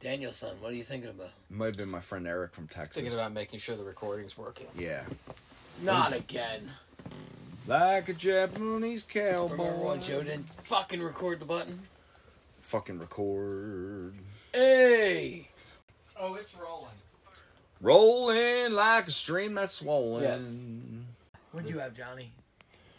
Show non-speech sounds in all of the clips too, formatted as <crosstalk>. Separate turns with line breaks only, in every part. Danielson, what are you thinking about?
Might have been my friend Eric from Texas.
Thinking about making sure the recording's working.
yeah.
Not again.
Like a Japanese
Remember
cowboy.
when Joe didn't fucking record the button?
Fucking record.
Hey!
Oh, it's rolling.
Rolling like a stream that's swollen.
What'd you have, Johnny?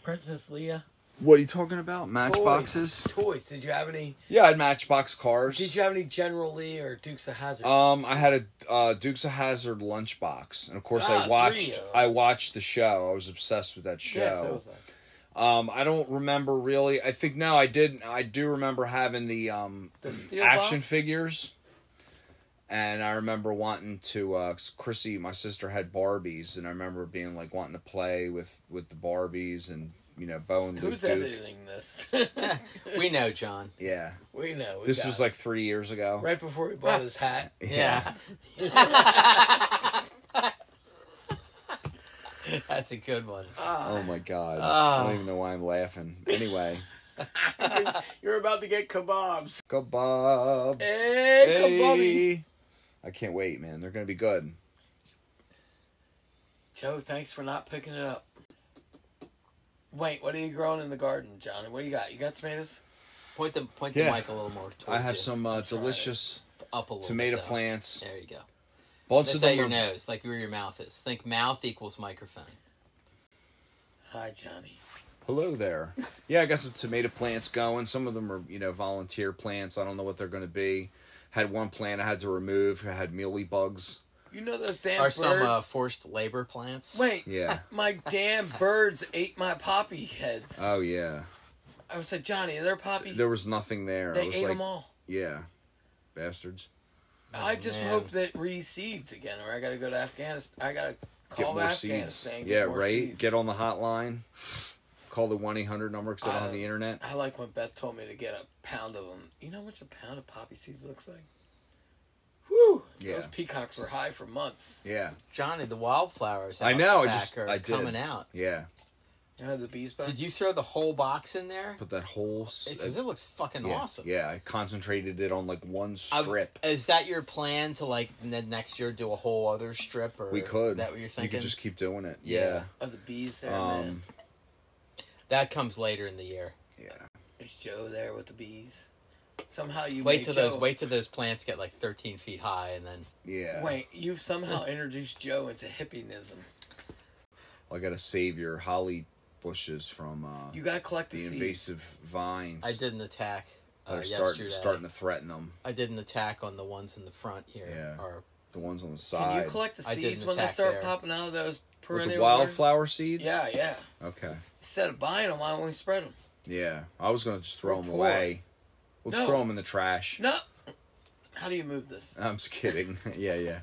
Princess Leia?
What are you talking about? Matchboxes?
Toys. Toys. Did you have any?
Yeah, I had Matchbox cars.
Did you have any General Lee or Dukes of Hazard?
Um, I had a uh, Dukes of Hazard lunchbox, and of course
Ah,
I
three
watched.
of 'em.
I watched the show. I was obsessed with that show. um, I don't remember really. I think now I did. I do remember having the um
The steel
action
box?
figures, and I remember wanting to. Uh, 'cause Chrissy, my sister, had Barbies, and I remember being like wanting to play with with the Barbies and you know Bo and Luke
Who's
Duke.
editing this? <laughs>
We know, John.
Yeah,
we know. we
this
got
was
it.
like three years ago.
right before he bought his
<laughs>
hat. <laughs>
Yeah. <laughs> That's a good one.
Oh my god! I
Ah.
don't even know why I'm laughing. Anyway,
You're about to get kebabs.
kebabs.
Hey, kebabby.
Hey. I can't wait, man. They're gonna be good.
Joe, thanks for not picking it up. Wait, what are you growing in the garden, Johnny? What do you got? You got tomatoes?
Point the point
Yeah.
the mic a little more.
I
towards
have
you.
some uh,
try it.
delicious
up a little.
tomato
bit, though.
plants.
There you go.
Bunch
That's
of
at
them.
your
are-
nose, like where your mouth is. Think mouth equals microphone.
Hi, Johnny.
Hello there. Yeah, I got some tomato plants going. Some of them are, you know, volunteer plants. I don't know what they're gonna be. Had one plant I had to remove. I had mealy bugs.
You know those damn
Are
birds?
some uh, forced labor plants?
Wait,
<laughs>
Yeah.
my
<laughs>
damn birds ate my poppy heads.
Oh yeah.
I was like, Johnny, they're poppy.
There was nothing there.
they
it was
ate
like, oh,
them all.
Yeah. Bastards.
I just
man.
hope that reseeds again, or I gotta go to Afghanistan. I gotta
Get
call
more
Afghanistan.
seeds.
get
Yeah,
more
right.
seeds.
Get on the hotline. Call the one eight hundred number because I don't have
Uh,
the internet.
I like when Beth told me to get a pound of them. You know how much a pound of poppy seeds looks like? Whew!
Yeah.
Those peacocks were high for months.
Yeah.
Johnny, the wildflowers.
I
out
know,
the
I
back
just-
are
I did.
coming out.
Yeah.
You know the bees back?
Did you throw the whole box in there?
Put that whole. s- uh,
Because it looks fucking
yeah,
awesome.
Yeah, I concentrated it on like one
I-
strip.
is that your plan to like n- next year do a whole other strip? Or
we could.
Is that what you're
You
thinking?
could just keep doing it. Yeah.
Yeah.
Oh, the bees there, man.
Um.
That comes later in the year.
Yeah.
Is Joe there with the bees? Somehow you
Wait
made
till
Joe,
those. Wait till those plants get like 13 feet high, and then
Yeah.
Wait, you've
<laughs>
somehow introduced Joe into hippieism.
I gotta save your holly bushes from uh,
You gotta collect the,
the
seeds.
invasive vines.
I did an attack
that
uh,
are starting
yesterday.
starting to threaten them.
I did an attack on the ones in the front here.
Yeah.
Or
The ones on the
Can
side.
you collect the
I did
seeds
an
when they
attack
start
there.
popping out of those
with
perennial?
the
gardens?
wildflower seeds?
Yeah, yeah.
Okay.
Instead of buying them, why don't we spread them?
Yeah. I was gonna just throw
We're
them
poor.
away. We'll just
No.
throw them in the trash.
No. How do you move this,
<laughs> I'm just kidding. <laughs> yeah. Yeah.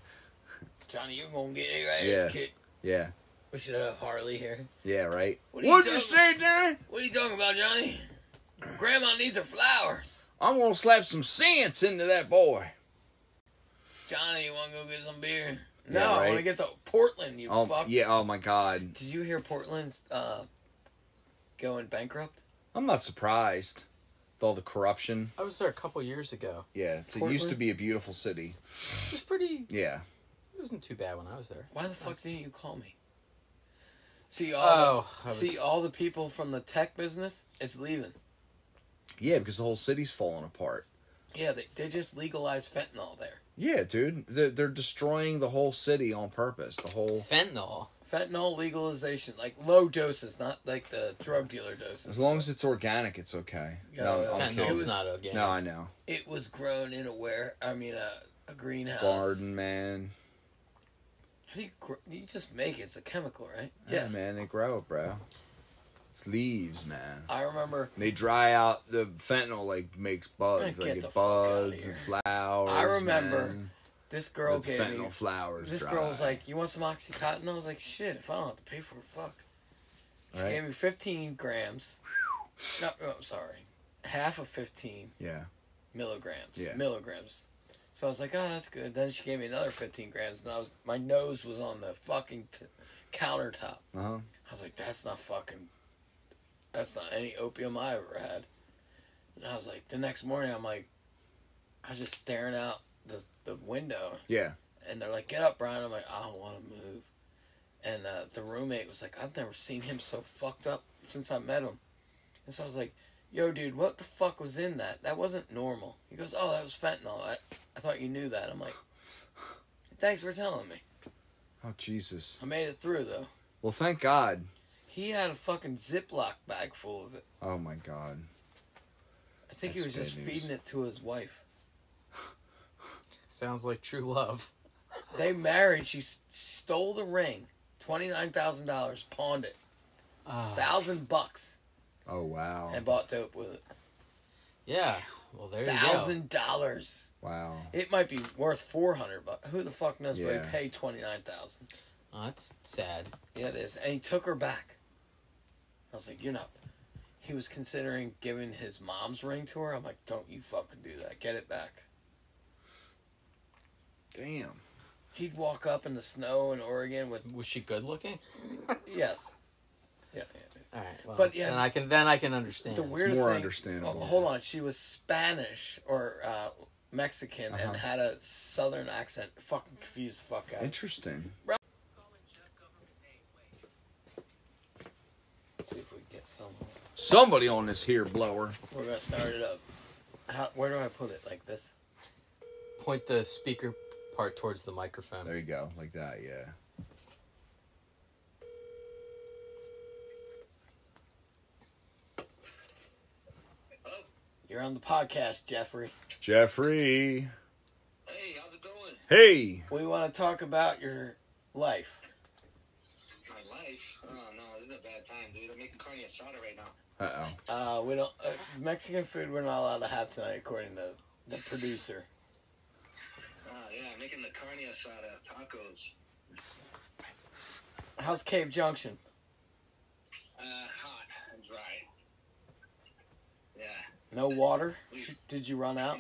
Johnny? You're gonna get it right,
Yeah.
yeah. kid.
Yeah.
We should have Harley here.
Yeah. Right.
What are you
What'd you
talking-
say, Darren?
What are you talking about, Johnny? Grandma needs her flowers.
I'm gonna slap some sense into that boy.
Johnny, you wanna go get some beer? No,
Yeah,
I wanna
right.
get to Portland. You
Oh
fuck.
yeah. Oh my God.
Did you hear Portland's uh, going bankrupt?
I'm not surprised with all the corruption.
I was there a couple years ago.
Yeah, it's, it
Portland?
used to be a beautiful city.
It was pretty.
Yeah,
It wasn't too bad when I was there.
Why the fuck didn't you call me? See all
Oh, I was,
see all the people from the tech business is leaving.
yeah, because the whole city's falling apart.
Yeah, they, they just legalized fentanyl there.
Yeah, dude, they're, they're destroying the whole city on purpose. The whole
fentanyl.
Fentanyl legalization, like low doses, not like the drug dealer
as
doses.
long as it's organic, it's okay. No,
Yeah,
I'm, I'm
yeah.
kidding.
Fentanyl's not okay.
No, I know.
It was grown in a ware. I mean, a, a greenhouse.
Garden man.
How do you, gr- you just make it? It's a chemical, right?
Yeah, man, they grow it, bro. It's leaves, man.
I remember.
They dry out the fentanyl like makes bugs,
Get
like
the
it
fuck outta
buds and
here.
flowers.
I remember
man.
This girl
Let the
gave me.
fentanyl flowers.
This
dry.
girl was like, "You want some oxycontin?" I was like, "Shit, if I don't have to pay for it, fuck." She
Right?
gave me 15 grams. No, no, I'm sorry, half of 15
yeah,
milligrams.
Yeah.
Milligrams. So I was like, "Oh, that's good." Then she gave me another 15 grams, and I was my nose was on the fucking t- countertop.
uh huh.
I was like, that's not fucking, that's not any opium I ever had. And I was like, the next morning, I'm like, I was just staring out the the window,
Yeah.
and they're like, "Get up, Brian." I'm like, "I don't want to move." And uh, the roommate was like, "I've never seen him so fucked up since I met him." And so I was like, "Yo, dude, what the fuck was in that? That wasn't normal." He goes, "Oh, that was fentanyl. I, I thought you knew that." I'm like, "Thanks for telling me.
Oh Jesus.
I made it through though."
Well, thank God.
He had a fucking Ziploc bag full of it.
Oh my God.
I think he
That's
was just
bad news.
feeding it to his wife.
Sounds like true love.
They married. She s- stole the ring, twenty nine thousand dollars, pawned it,
Ah.
thousand bucks,
Oh wow.
and bought dope with it.
yeah. Well, there you go.
Thousand dollars.
Wow.
It might be worth four hundred, but who the fuck knows? But
Yeah.
he paid twenty nine thousand.
Oh, that's sad.
Yeah, it is. And he took her back. I was like, you're not. He was considering giving his mom's ring to her. I'm like, don't you fucking do that. Get it back.
Damn.
He'd walk up in the snow in Oregon with
Was she good looking?
yes, yeah. yeah.
All right. Well,
But, yeah.
then I can then I can understand.
The weirdest
more
thing,
understandable.
Oh, hold on, she was Spanish or uh, Mexican
Uh-huh.
and had a southern accent. Fucking confused the fuck out. of me.
Interesting.
Let's see if we can get some.
Somebody on this here blower.
We're gonna start it up. How, where do I put it? Like this?
Point the speaker part towards the microphone.
There you go. Like that. Yeah.
Oh,
You're on the podcast, Jeffrey.
Jeffrey.
hey, how's it going?
Hey.
We want to talk about your life.
My life? Oh no, this is a bad time, dude. I'm making carne asada right now.
Uh oh.
Uh, we don't uh, Mexican food. We're not allowed to have tonight, according to the producer.
Oh yeah, I'm making the carne asada tacos.
How's Cave Junction?
Uh, hot and dry. Yeah.
No water? Did you run out?
Um,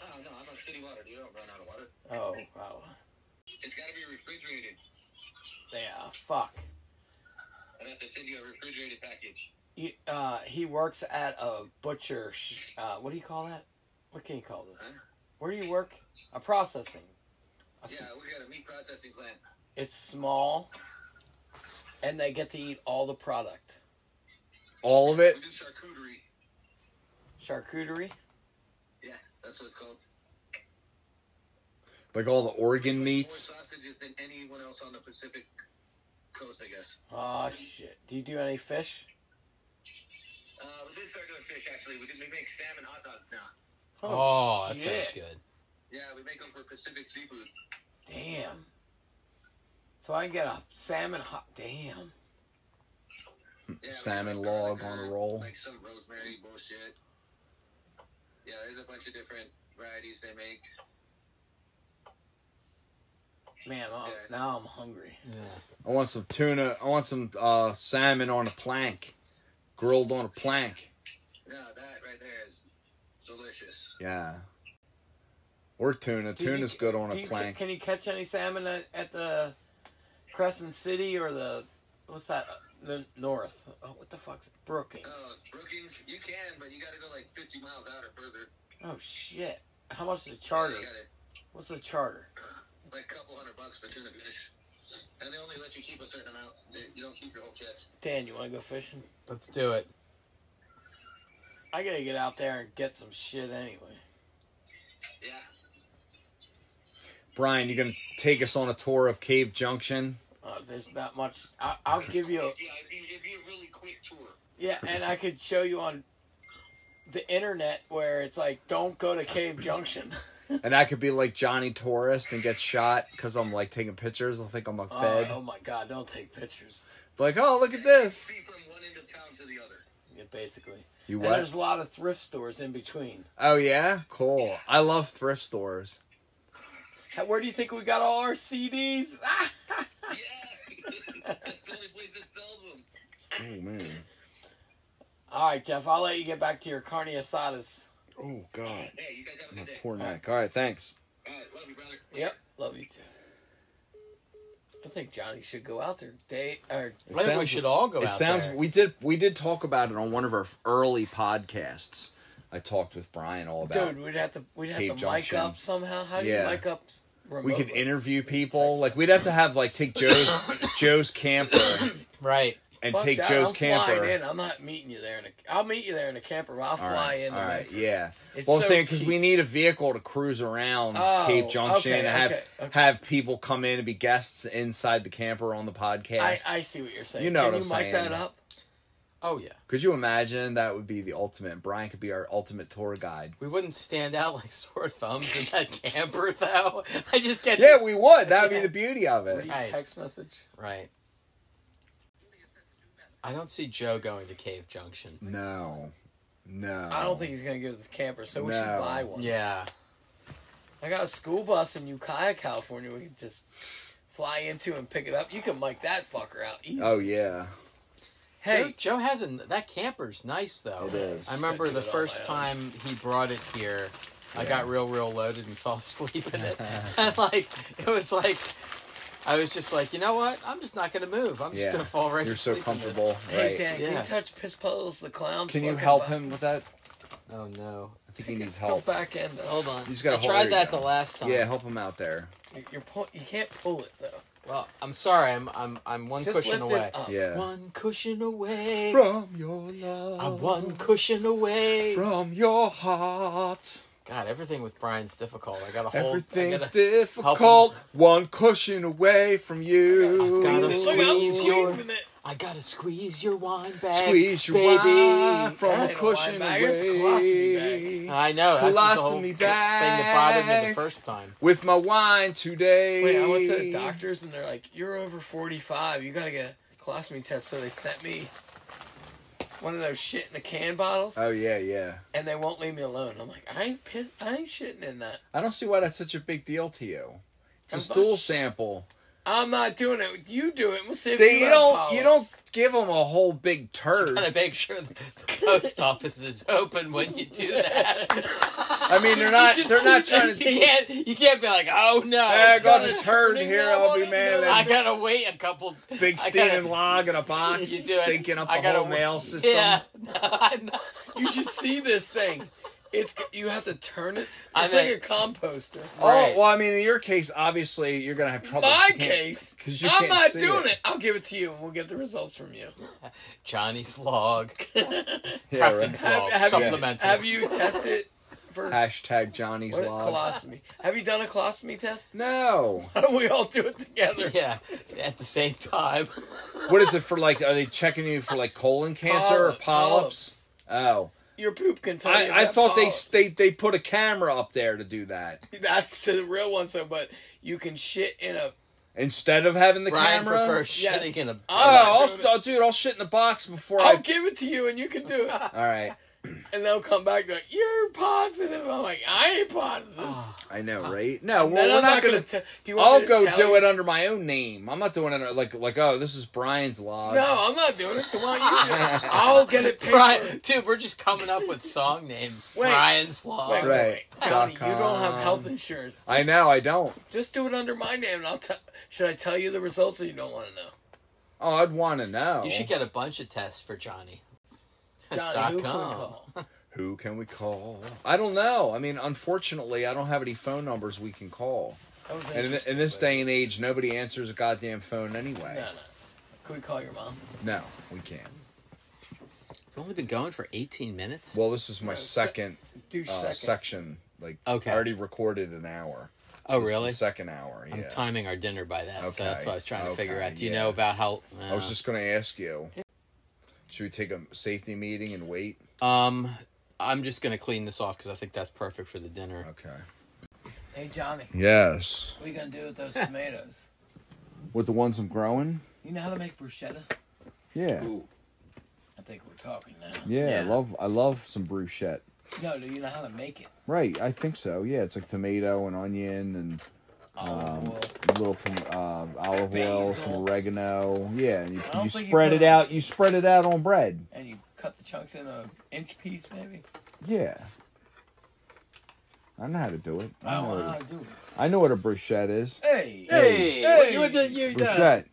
oh no, I'm on city water. dude. You don't run out of water.
Oh, wow.
It's got to be refrigerated.
Yeah, fuck.
I'd have to send you a refrigerated package.
He, uh, he works at a butcher. Sh- uh, what do you call that? What can you call this? Where do you work? A processing. A s-
Yeah, we got a meat processing plant.
It's small, and they get to eat all the product.
All of it.
We do charcuterie.
Charcuterie.
Yeah, that's what it's called.
Like all the Oregon
Like
meats.
More sausages than anyone else on the Pacific coast, I guess.
Oh shit! Do you do any fish?
Uh, we did start doing fish actually. We, did, we make salmon hot dogs now.
Oh, that sounds good.
Yeah, we make them for Pacific seafood.
Damn. So I can get a salmon hot. Damn.
Yeah,
Salmon
like
log
garlic
on a
herb,
roll.
Like some rosemary bullshit. Yeah, there's a bunch of different varieties they make.
Man, i
Yes.
now I'm hungry.
Yeah.
I want some tuna. I want some uh, salmon on a plank, grilled on a plank.
No, that right there is delicious.
Yeah. Or tuna.
Do you-
Tuna's good on
do
a
you-
plank.
Can you catch any salmon at, at the Crescent City or the what's that? uh, The north. Oh, what the fuck's Brookings?
Oh, Brookings, you can, but you gotta go like 50 miles out or further.
Oh shit! How much is the charter?
You gotta,
What's the charter?
like a couple hundred bucks for tuna fish. And they only let you keep a certain amount. They, you don't keep your whole catch.
Dan, you want to go fishing?
Let's do it.
I gotta get out there and get some shit anyway.
Yeah.
Brian, you gonna take us on a tour of Cave Junction?
<laughs> Uh, there's not much. I, I'll give you. A,
Yeah, it'd be, it'd be a really quick tour.
yeah, and I could show you on the internet where it's like, don't go to Cave Junction. <laughs>
And I could be like Johnny Tourist and get shot because I'm like taking pictures. They'll think I'm a
Oh,
fed.
oh my god! Don't take pictures.
Be like, oh, look at this.
See from one end of town to the other.
Yeah, basically.
You
And there's
what?
a lot of thrift stores in between.
Oh yeah, cool. I love thrift stores.
How- Where do you think we got all our CDs?
Yeah, <laughs> that's the only place that sells them.
Oh man.
<laughs> all right, Jeff. I'll let you get back to your carne asadas.
Oh god.
Hey, you guys have a
My
good day.
poor neck. All right, thanks.
All right, love you, brother.
Yep, love you too. I think Johnny should go out there. Day or
It
I think we
sounds-
should all go
it
out
sounds
there.
we did we did talk about it on one of our early podcasts I talked with Brian all about.
Dude, we'd have to we'd have
Cape
to
Junction.
mic up somehow. How do
Yeah.
you mic up?
we
Remotely?
could interview people. Like we'd have to have like
<coughs>
take Joe's Joe's camper
Right.
and
Fuck
take
that,
Joe's
I'm
camper.
Flying in. I'm not meeting you there. In a, I'll meet you there in a camper. But I'll
All
fly
right,
in. to
all right,
Memphis.
yeah.
It's
well, I'm
so
saying because we
cheap.
need a vehicle to cruise around
Oh,
Cape Junction
okay,
and have
okay, okay.
have people come in and be guests inside the camper on the
I,
podcast.
I see what you're saying.
You know
Can
what
you
I'm
mic
saying.
that up?
Oh yeah.
Could you imagine that would be the ultimate? Brian could be our ultimate tour guide.
We wouldn't stand out like <laughs> sore thumbs in
<laughs>
that camper though. <laughs> I just get
Yeah,
this-
we would. That would be
Yeah.
the beauty of it.
Read
Right.
Text message.
Right. I don't see Joe going to Cave Junction.
No, no.
I don't think he's gonna give us a camper, so we should
No.
buy one.
Yeah.
I got a school bus in Ukiah, California. We can just fly into and pick it up. You can mic that fucker out easy.
Oh yeah.
hey,
Joe, Joe has an that camper's nice though.
It is.
I remember
Gotta
the
do it all
first
my
time he brought it here, I
Yeah.
got real, real loaded and <laughs> fell asleep in it.
<laughs>
<laughs> and like it was like I was just like, you know what? I'm just not gonna move. I'm
Yeah.
just gonna fall right.
You're
to
so
sleep in this."
comfortable,
hey,
right?
Dan, can
Yeah.
you touch Piss Puddles the clown?
Can you
fucking
help
back-
him with that?
Oh no.
I think he needs
Go
help.
back end.
Hold on.
You just gotta
I
hold-
tried
there you
that
go.
the last time.
Yeah, help him out there.
You- You're pull, you can't pull it though.
Well, I'm sorry. I'm I'm I'm one
Just
cushion
lift it
away.
up.
Yeah.
One cushion away.
From your love.
I'm one cushion away.
From your heart.
God, everything with Brian's difficult. I gotta hold. I
Everything's
gotta-
difficult. One cushion away from you.
Gotta
Look, I'm
squeeze your-
squeezing it.
I gotta squeeze your wine bag,
Squeeze your wine
baby.
That
from a
ain't a wine
cushion
bag, it's a colostomy
away.
I know. That's the whole
Colostomy
thing that bothered me
bag.
the first time.
With my wine today.
Wait, I went to the doctors and they're like, "You're over 45. You gotta get a colostomy test." So they sent me one of those shit in a can bottles,
Oh yeah, yeah.
and they won't leave me alone. I'm like, I ain't piss- I ain't shitting in that.
I don't see why that's such a big deal to you. It's a
I'm not
stool
sh-
sample.
I'm not doing it. You do it. We'll see if
They
you
you
have
don't
polyps.
you don't give them a whole big turd.
Gotta make sure the post office is open when you do that.
I mean, they're not
should
they're not
see that.
<laughs> trying
<laughs>
to.
you can't. You can't be like, oh no.
Hey, I got a
It's
turd
turning
here.
now,
I'll
won't
be
it?
mad.
I
at
gotta wait a couple.
<laughs> Big
I gotta-
steaming log in a box,
You do it.
stinking up
I
the
gotta
whole
wa-
mail system.
Yeah. <laughs> No, I'm not.
<laughs> You should see this thing. It's you have to turn it. It's
I
like
mean-
a composter.
Oh
Right.
well, I mean, in your case, obviously, you're gonna have trouble.
My case.
because you
I'm
can't
not
see
doing it. I'll give it to you, and we'll get the results from you. <laughs>
Johnny's
<laughs>
log.
Yeah,
Have-
right.
Captain's log.
have you-
Supplemental.
Have you tested
<laughs>
for
Hashtag Johnny's
What,
log.
colostomy. Have you done a colostomy test? <laughs>
No.
Why don't we all do it together?
yeah. At the same time.
What is it for? Like, are they checking you for like colon cancer or
Polyp-
polyps? Oh,
Your poop can tell you.
I, I
about
thought
polyps.
they they they put a camera up there to do that
<laughs> That's the real one. So, but you can shit in a.
instead of having the
<laughs> Ryan
camera.
prefers
Yes.
shitting in a.
Oh,
doing
I'll, I'll, dude, I'll shit in the box before
I'll
I.
give it to you, and you can do
<laughs>
it.
All right,
And they'll come back like, "You're positive." I'm like, "I ain't positive."
I know, right? No, we're,
Then
Ah. we're
I'm
not gonna.
tell- do you want me
I'll
to
go
tell
do
you?
it under my own name. I'm not doing it under- like like oh, this is Brian's log.
No, I'm not doing it. So why don't you do it?
<laughs>
I'll get it. Paid
Brian, dude, we're just coming up with
<laughs>
song names.
Wait.
Brian's log.
Wait, wait,
Right.
wait. Johnny, you
Dot
don't have
com.
health insurance.
I know, I don't.
Just do it under my name, and I'll tell. Should I tell you the results, or you don't want to
<laughs>
know?
Oh, I'd want to know.
You should get a bunch of tests for Johnny. <laughs> Dot
Johnny, who can we
com.
call?
Who can we call? I don't know. I mean, unfortunately, I don't have any phone numbers we can call.
That was
<laughs> And in,
interesting,
in this
but-
day and age, nobody answers a goddamn phone anyway.
No, no. Can we call your mom?
No, we can't.
We've only been going for 18 minutes.
Well, this is my
No, se-
second,
Do
uh,
second.
section. Like,
Okay.
I already recorded an hour.
oh,
This is
really?
the second hour. Yeah.
I'm timing our dinner by that, so that's
Okay,
what I was trying to figure
okay,
out. Do you
yeah.
know about how?
I was
uh,
just gonna ask you. Should we take a safety meeting and wait?
Um, I'm just gonna clean this off because I think that's perfect for the dinner.
Okay.
Hey, Johnny,
Yes.
what are you going to do with
<laughs>
those tomatoes?
With the ones I'm growing.
You know how to make bruschetta?
Yeah.
Ooh.
I think we're talking now.
Yeah.
love. I love some bruschetta.
No, do you know how to make it?
Right, I think so. Yeah, it's like tomato and onion and Um,
Olive oil.
a little tom- um olive oil, some
Basil.
oregano. Yeah, and you,
I don't
you
think you
spread
put
it
it on-
out. You spread it out on bread.
And you cut the chunks in an inch piece, maybe?
Yeah, I know how to do it.
I
I
don't know
know.
how to do it.
I know what a bruschetta is.
Hey!
Hey,
Hey! you-
you
bruschetta.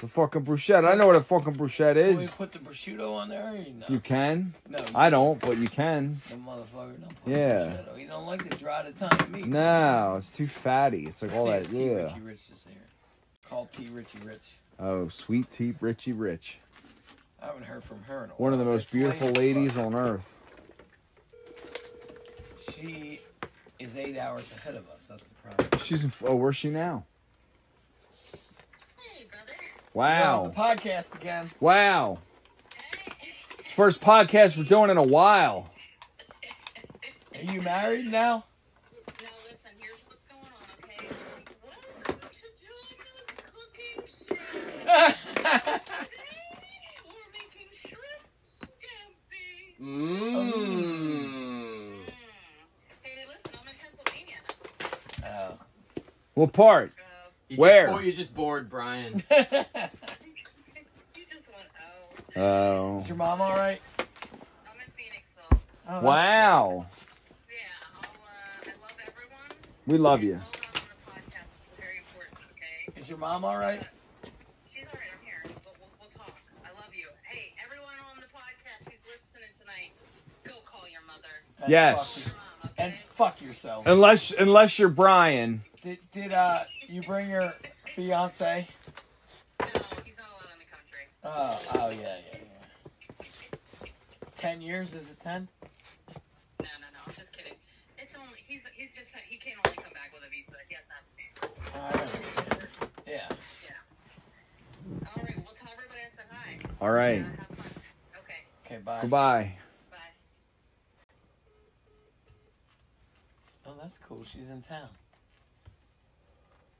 The fucking bruschetta. I know what a fucking bruschetta
Can we
is.
put the prosciutto on there? Or no?
You can.
No,
I don't, but you can.
The motherfucker don't put
Yeah.
prosciutto. You don't like the dry to time meat.
No, it's too fatty. It's like all
See
that.
if T.
Yeah.
Richie Rich is here. Call T. Richie Rich.
Oh, sweet tea, Richie Rich.
I haven't heard from her in a while.
One of the most
It's
beautiful
late as
ladies
fuck.
on earth.
She is eight hours ahead of us. That's the problem.
She's in. Oh, where's she now?
Hey, brother.
We're on
Wow.
the podcast again.
Wow.
Hey.
It's the first podcast we're doing in a while.
Are you married now? <laughs>
Now listen, here's what's going on, okay? Welcome to Julia's cooking show.
Oh.
Today, we're making shrimp scampi.
Mmm.
Mm. Hey, listen, I'm in Pennsylvania now.
Oh.
What part?
Uh,
You
Where?
Just, or you're just bored, Brian.
you just went, oh,
Oh.
is your mom all right?
I'm in Phoenixville.
Oh,
Wow.
Yeah, I'll, uh, I love everyone.
We love you.
Hold on to the podcast. It's very important, okay?
Is your mom all right?
She's all right. I'm here, but we'll, we'll talk. I love you. Hey, everyone on the podcast who's listening tonight, go call your mother,
And
Yes.
fuck
your
your-
mom, okay?
and fuck yourself.
Unless unless you're Brian.
Did did uh you bring your fiance?
no, he's not allowed in the country.
Oh oh yeah yeah yeah. Ten years is it ten?
No, no, no. I'm just kidding. It's only he's he's just he can only come back with a visa. He has not been.
I don't know. yeah.
Yeah. All right. Well, tell everybody I said hi.
All right.
Uh, have fun. Okay.
Okay bye.
Goodbye.
Bye.
Oh that's cool. She's in town.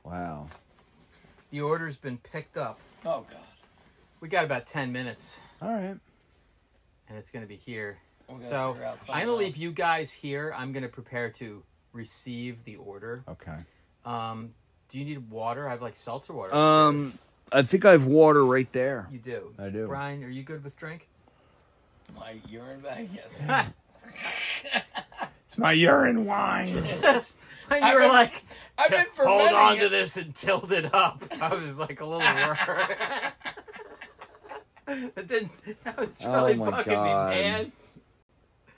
Wow.
<laughs> The order's been picked up.
Oh god.
We got about 10 minutes,
All right.
and it's going to be here.
We're gonna
So
figure out something
I'm going
else.
to leave you guys here. I'm going to prepare to receive the order.
Okay.
Um, do you need water? I have like seltzer water.
Um, I think I have water right there.
You do.
I do.
Brian, are you good with drink?
my urine bag.
<laughs>
Yes.
It's my urine wine.
yes. And
I
<laughs> you were
mean-
like,
I've been
hold
fermenting
on
it.
to this and tilt it up. I was like a little worried. <laughs> That didn't. That was
Oh
really
my
fucking
God.
me, man.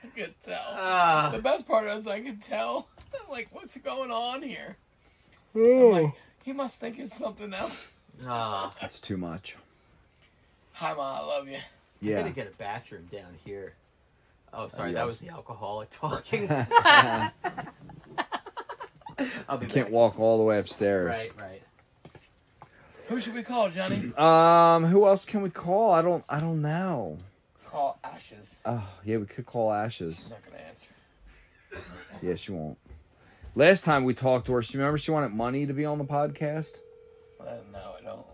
I could tell.
Ah.
The best part is I could tell. <laughs> I'm like, what's going on here? I'm
Ooh.
like, he must think it's something else.
Ah.
That's too much.
Hi, ma. I love you.
I'm
Yeah. Uh,
gonna get <laughs> a bathroom down here. Oh, sorry,
yeah.
that was the
<laughs>
alcoholic <laughs> talking.
<laughs> I
I'll be
can't
back.
walk all the way upstairs.
Right, right.
Who should we call,
<clears throat>
Johnny?
Um, who else can we call? I don't. I don't know.
call Ashes.
Oh, yeah, we could call Ashes.
She's not gonna answer.
Yeah, she won't. Last time we talked to her, she remember she wanted money to be on the podcast.
Well, uh, no, I don't.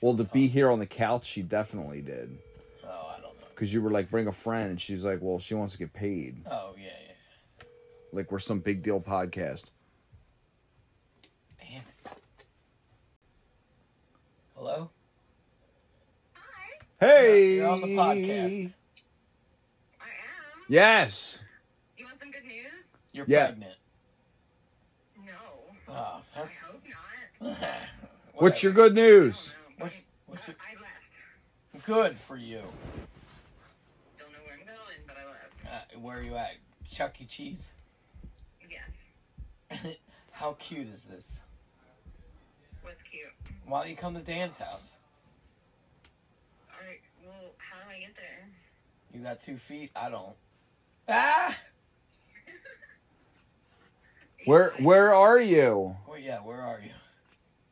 Well, to be here on the couch, she definitely did.
Oh, I don't know.
Because you were like, bring a friend, and she's like, well, she wants to get paid.
Oh yeah, yeah.
Like we're some big deal podcast.
Damn it. Hello.
Hi.
Hey,
You're on the podcast.
I am.
Yes.
You want some good news?
You're
Yeah.
pregnant.
No.
Oh,
I
that's. <laughs>
hope not.
What's your
Whatever.
good news?
What's, what's your
I left.
good for you?
Don't know where I'm going, but I left.
Uh, where are you at? Chuck E. Cheese. <laughs>
Yes.
How cute is this?
What's cute?
Why don't you come to Dan's house?
All right. Well, how do I get there?
You got two feet. I don't. Ah.
Where Where are you?
Well, yeah. Where are you?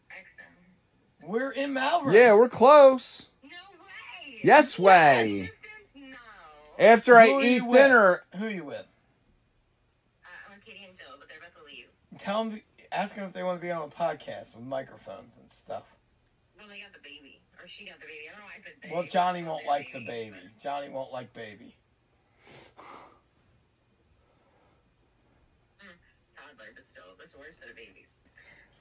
Exxon.
We're in Malvern.
Yeah, we're close.
No way.
Yes way.
Since no.
Eh.
After
Who
I
are
eat
you with?
dinner,
Who are you with?
Uh, I'm with Katie and Joe, but they're about to leave.
Tell them. Ask them if they want to be on a podcast with microphones and stuff.
Well, they got the baby, or she got the baby. I don't know why I said they.
Well, Johnny won't like the baby. Johnny won't like baby. <laughs>
Toddler, but still, that's worse than a baby.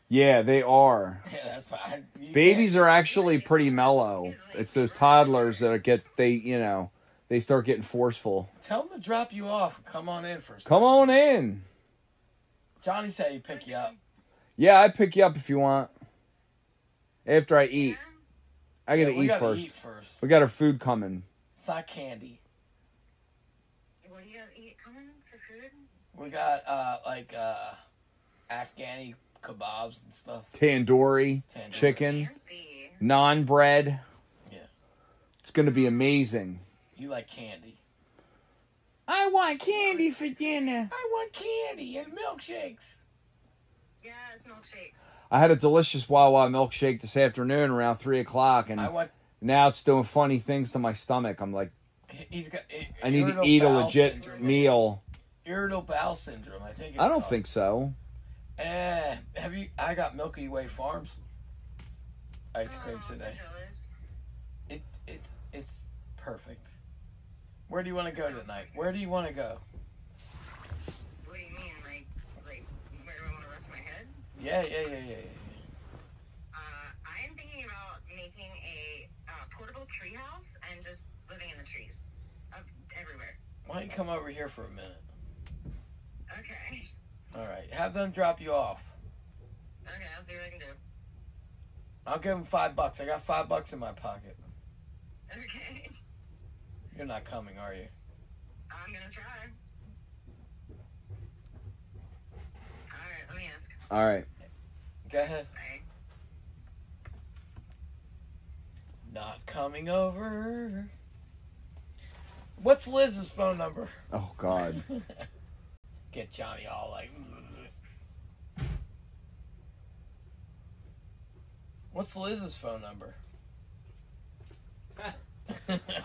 yeah,
<laughs>
they are.
Yeah, that's fine.
Babies are actually pretty mellow. It's those toddlers that get they, you know, they start getting forceful.
Tell them to drop you off. and Come on in first.
Come on in.
Johnny said he'd pick you up.
Yeah, I pick you up if you want. After I eat, I gotta
Yeah, we
eat
gotta
first.
eat first.
We got our food coming.
It's not candy.
What do you gotta eat coming for food?
We got uh like uh Afghani kebabs and stuff.
Tandoori,
Tandoori.
chicken,
Fancy.
non bread.
Yeah.
It's gonna be amazing.
You like candy.
I want candy for dinner.
I want candy and milkshakes.
Yes, milkshakes.
I had a delicious Wawa milkshake this afternoon around three o'clock, and
I want.
now it's doing funny things to my stomach. I'm like,
he- He's got. i-
I need to
irritable
eat a
bowel
legit
syndrome.
meal.
Irritable bowel syndrome. I think. It's
I don't
called.
think so.
Eh, have you? I got Milky Way Farms ice cream
Oh,
today.
jealous.
It it's it's perfect. Where do you want to go tonight? Where do you want to go?
What do you mean? Like, like, where do I want to rest my head?
Yeah, yeah, yeah, yeah. yeah, yeah.
Uh, I'm thinking about making a uh, portable treehouse and just living in the trees, of everywhere.
Why don't you come over here for a minute?
Okay. <laughs>
All right. Have them drop you off.
Okay, I'll see what I can do.
I'll give them five bucks. I got five bucks in my pocket.
Okay.
You're not coming, are you?
I'm gonna try. All right. Let me ask.
All right.
Go ahead.
Bye.
Not coming over. What's Liz's phone number?
Oh God.
Get Johnny all like. What's Liz's phone number?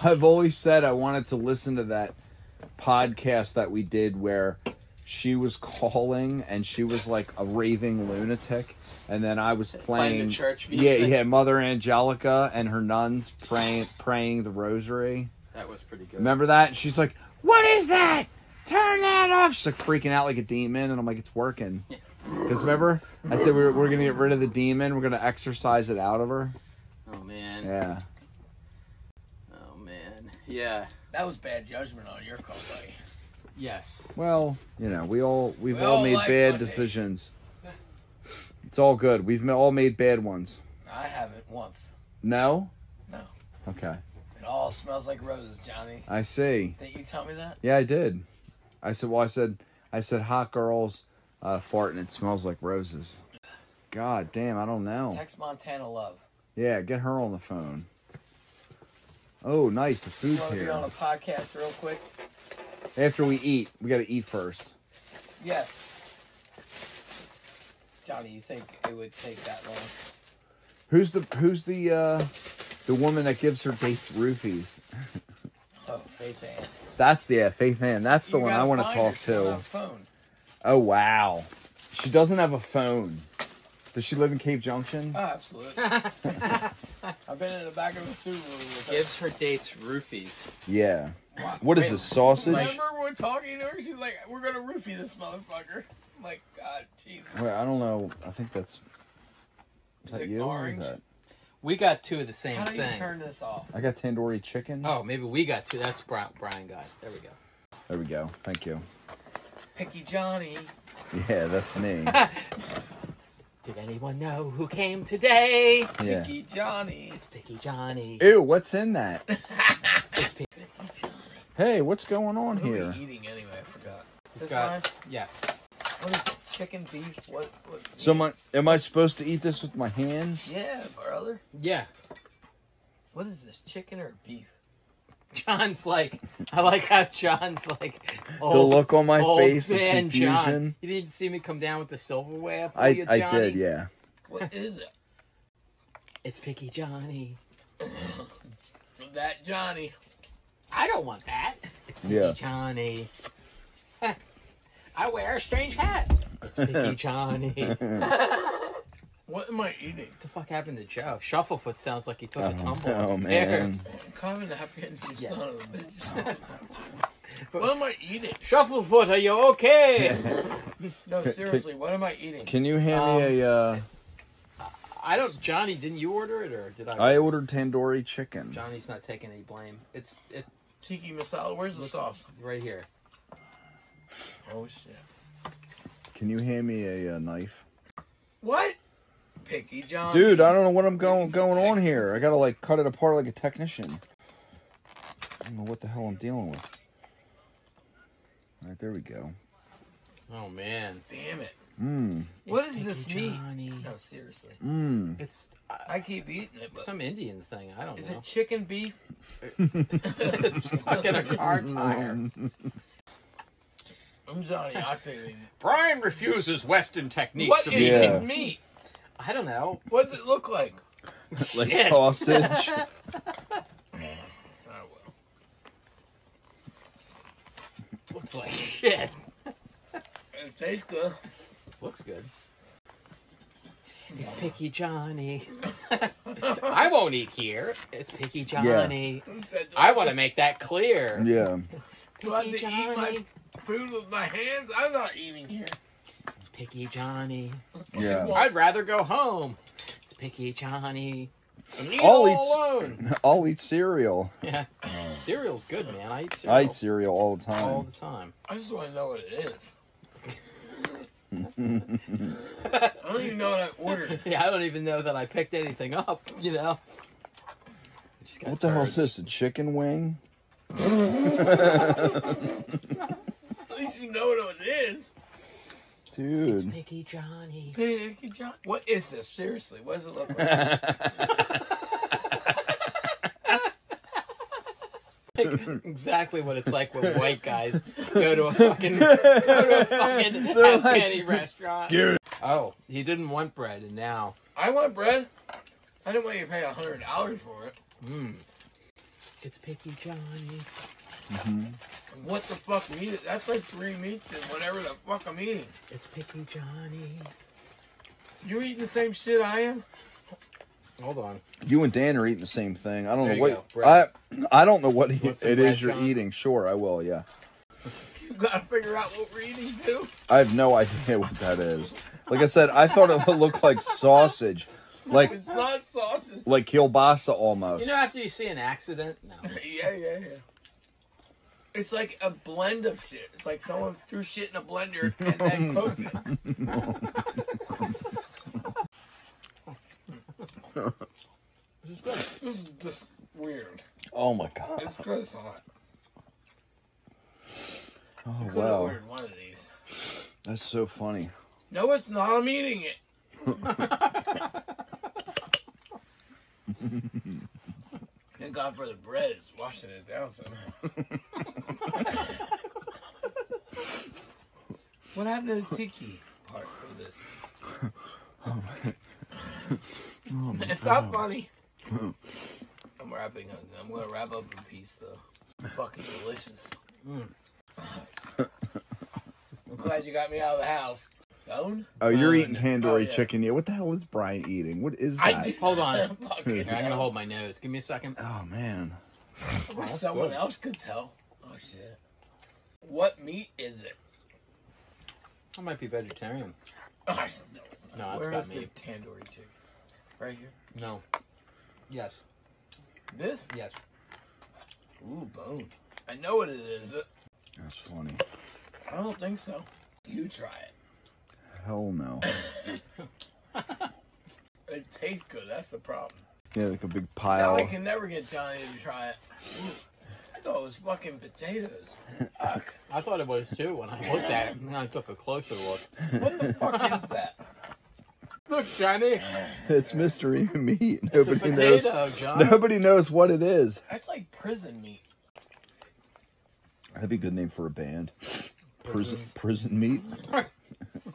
I've always said I wanted to listen to that podcast that we did where she was calling and she was like a raving lunatic and then I was
Playing the
playing
church
Yeah,
music.
yeah, Mother Angelica and her nuns praying praying the rosary.
That was pretty good.
Remember that? And she's like, "What is that? Turn that off." She's like freaking out like a demon and I'm like, "It's working." Cuz remember, I said we were, we're going to get rid of the demon. We're going to exorcise it out of her.
Oh man.
Yeah.
Oh man. Yeah.
That was bad judgment on your call, buddy.
Yes.
Well, you know, we all we've
We
all
all
made
like
bad
pussy.
decisions. It's all good. We've ma- all made bad ones.
I haven't once.
No?
No.
Okay.
It all smells like roses, Johnny.
I see.
Didn't you tell me that?
Yeah, I did. I said well I said I said hot girls uh fart and it smells like roses. God damn, I don't know.
Text Montana Love.
Yeah, get her on the phone. Oh, nice. The
You
food's
want to be
here.
on a podcast real quick?
After we eat, we got to eat first.
Yes. Johnny, you think it would take that long?
Who's the who's the uh the woman that gives her dates roofies?
Oh, Faith Ann.
That's the yeah, Faith Ann. That's the
You
one I
gotta
want to
find her.
talk
She doesn't
to.
have a phone.
Oh wow. She doesn't have a phone. Does she live in Cave Junction?
Uh, Ah,
Oh, absolutely.
<laughs>
I've been in the back of a Subaru with her.
Gives her dates roofies.
yeah. What is
Wait,
this sausage?
Remember when talking to her? She's like, "We're gonna roofie this motherfucker." I'm like, God, Jesus.
Wait, I don't know. I think that's is
It's
that
like
you? Or
orange.
is that?
We got two of the same
How do you
thing.
turn this off?
I got tandoori chicken.
Oh, maybe we got two. That's Bri- Brian got. it. There we go.
There we go. Thank you.
Picky Johnny.
Yeah, that's me.
Did anyone know who came today?
yeah.
Picky Johnny.
Picky Johnny.
Ew, what's in that?
It's Picky.
Picky Johnny.
Hey, what's going on
What are
here?
we eating anyway? I forgot. Is
We've
this
got-
mine?
Yes.
What is it? Chicken, beef? What? what
So am I, am I supposed to eat this with my hands?
Yeah, brother.
Yeah.
What is this? Chicken or beef?
John's like, I like how John's like, old,
the look on my
old
face of
man John.
confusion.
You didn't even see me come down with the silverware for
I,
you, Johnny.
I did, yeah. <laughs>
What is it?
It's Picky Johnny.
That Johnny.
I don't want that. It's Picky
Yeah.
Johnny. <laughs> I wear a strange hat.
<laughs>
It's Picky Johnny. what the
What am I eating?
fuck happened to Joe? Shufflefoot sounds like he took
I
a
don't
tumble
know,
upstairs.
Common napkin, <laughs> you
Yeah.
son of a bitch. what am I eating?
<laughs> Shufflefoot, are you okay?
<laughs>
No,
Can-
seriously, what am I eating?
Can you hand me a uh
I don't. Johnny, didn't you order it or did I?
I ordered tandoori chicken.
Johnny's not taking any blame. It's it
Tiki masala. Where's the sauce?
right here.
Oh shit.
Can you hand me a, uh knife?
What? picky, John.
Dude, I don't know what I'm going going on here. I gotta like cut it apart like a technician. I don't know what the hell I'm dealing with. All right, there we go.
Oh man.
Damn it.
Mmm,
What
It's
is this
Picky
meat?
Johnny.
No, seriously.
mmm.
It's uh,
I keep eating it, but
some Indian thing. I don't
is
know. <laughs>
it chicken beef?
it's fucking
<laughs>
a car tire.
I'm Johnny Octane.
Brian refuses Western techniques
What is
of
eating. Yeah.
eating.
this meat?
I don't know.
What does it look like?
Like
<laughs> Shit. <laughs>
sausage.
Oh, well. Looks like
<laughs> Shit.
it tastes good. <laughs>
Looks good. It's Picky Johnny. I won't eat here. It's Picky Johnny.
Who said that?
I want to make that clear.
yeah.
Do I have
Picky
to eat my
Johnny.
food with my hands? I'm not eating here.
It's Picky Johnny.
Yeah.
I'd rather go home. It's Picky Johnny. And leave
I'll
all
eat s- <laughs>
alone.
I'll eat cereal.
Yeah. Cereal's good, man. I eat cereal
I eat cereal all the
all
time.
the time.
I just want to know what it
<laughs>
is. I don't even know what I ordered.
Yeah, I don't even know that I picked anything up, you know? I just got
What the hell is
turds.
this? A chicken wing?
At least you know what it is.
Dude.
<laughs> Picky Johnny.
Picky John. What is this? Seriously, what does it look like?
<laughs>
exactly what it's like when white guys go to a
<laughs>
fucking go to a fucking
They're like,
Afghani restaurant.
"Dude."
Oh, he didn't want bread, and now
I want bread. I didn't want you to pay hundred dollars for it.
hmm. it's picky Johnny.
What the fuck meat? is- That's like three meats and whatever the fuck I'm eating.
It's picky Johnny.
You eating the same shit I am? <laughs>
Hold on.
You and Dan are eating the same thing. I don't
There
know
you
what
go,
I
bread.
I don't know what
want
it
some
is
bread,
you're
John?
eating. Sure, I will. Yeah.
You gotta figure out what we're eating too.
I have no <laughs> idea what that is. Like I said, I thought it would look
<laughs>
like sausage, like
It's not sausage.
like kielbasa almost.
You know, after you see an accident, no.
<laughs> Yeah, yeah, yeah. It's like a blend of shit. It's like someone threw shit in a blender and then cooked it. this is just weird.
oh my god!
It's gross on it.
Oh
Could have
wow,
ordered one of these.
that's so funny.
No, it's not. I'm eating it. <laughs> Thank God for the bread. It's washing it down somehow. <laughs> what happened to the tiki part of this? <laughs> it's not funny. I'm wrapping up. I'm gonna wrap up in piece though. Fucking delicious. Mm. I'm glad you got me out of the house. Phone?
Oh, you're
Oh,
eating
no.
tandoori
Oh, yeah.
chicken. Yeah, what the hell is Brian eating? What is
I
that?
did- <laughs>
Hold on.
Fucking
Here, I'm gonna
hell.
hold my nose. Give me a second.
Oh man,
I wish someone
good.
else could tell. Oh shit. What meat is it?
I might be vegetarian.
Oh, I said, no, it's not.
No, it's
Where
got
is
meat.
the tandoori chicken? Right here.
No. Yes.
This?
Yes.
Ooh, bone. I know what it is.
that's funny.
I don't think so. You try it.
Hell no.
It tastes good. That's the problem.
Yeah, like a big
Now
pile. <laughs>
I can never get Johnny to try it. Ooh, I thought it was fucking potatoes. Fuck.
I thought it was too when I looked at it and I took a closer look.
What the fuck
<laughs>
is that?
Look, Johnny.
It's mystery meat.
It's a
Nobody knows.
potato, John. <laughs>
Nobody knows what it is.
That's like prison meat.
That'd be a good name for a band. Prison, prison meat.
I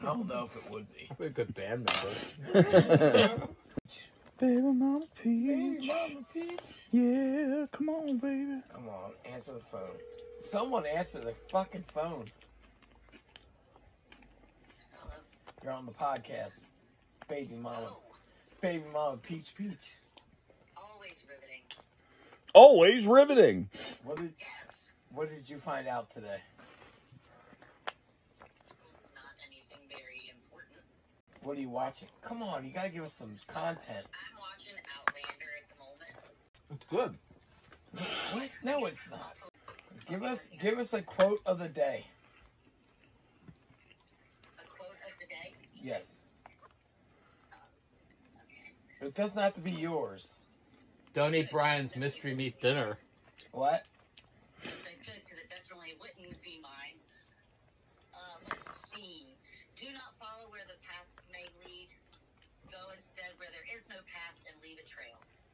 don't know if it would be.
We're good band members.
Baby, mama peach.
Mama Peach.
Yeah, come on, baby.
Come on, answer the phone. Someone answer the fucking phone. You're on the podcast. Baby mama. Baby mama peach peach.
Always riveting.
Always riveting.
What did what did you find out today?
Not anything very important.
What are you watching? Come on, you gotta give us some content.
I'm watching Outlander at the moment.
It's good.
What? No it's not. Give us give us a quote of the day.
A quote of the day.
Yes. It doesn't have to be yours.
Don't eat Brian's mystery meat dinner.
What?
Um,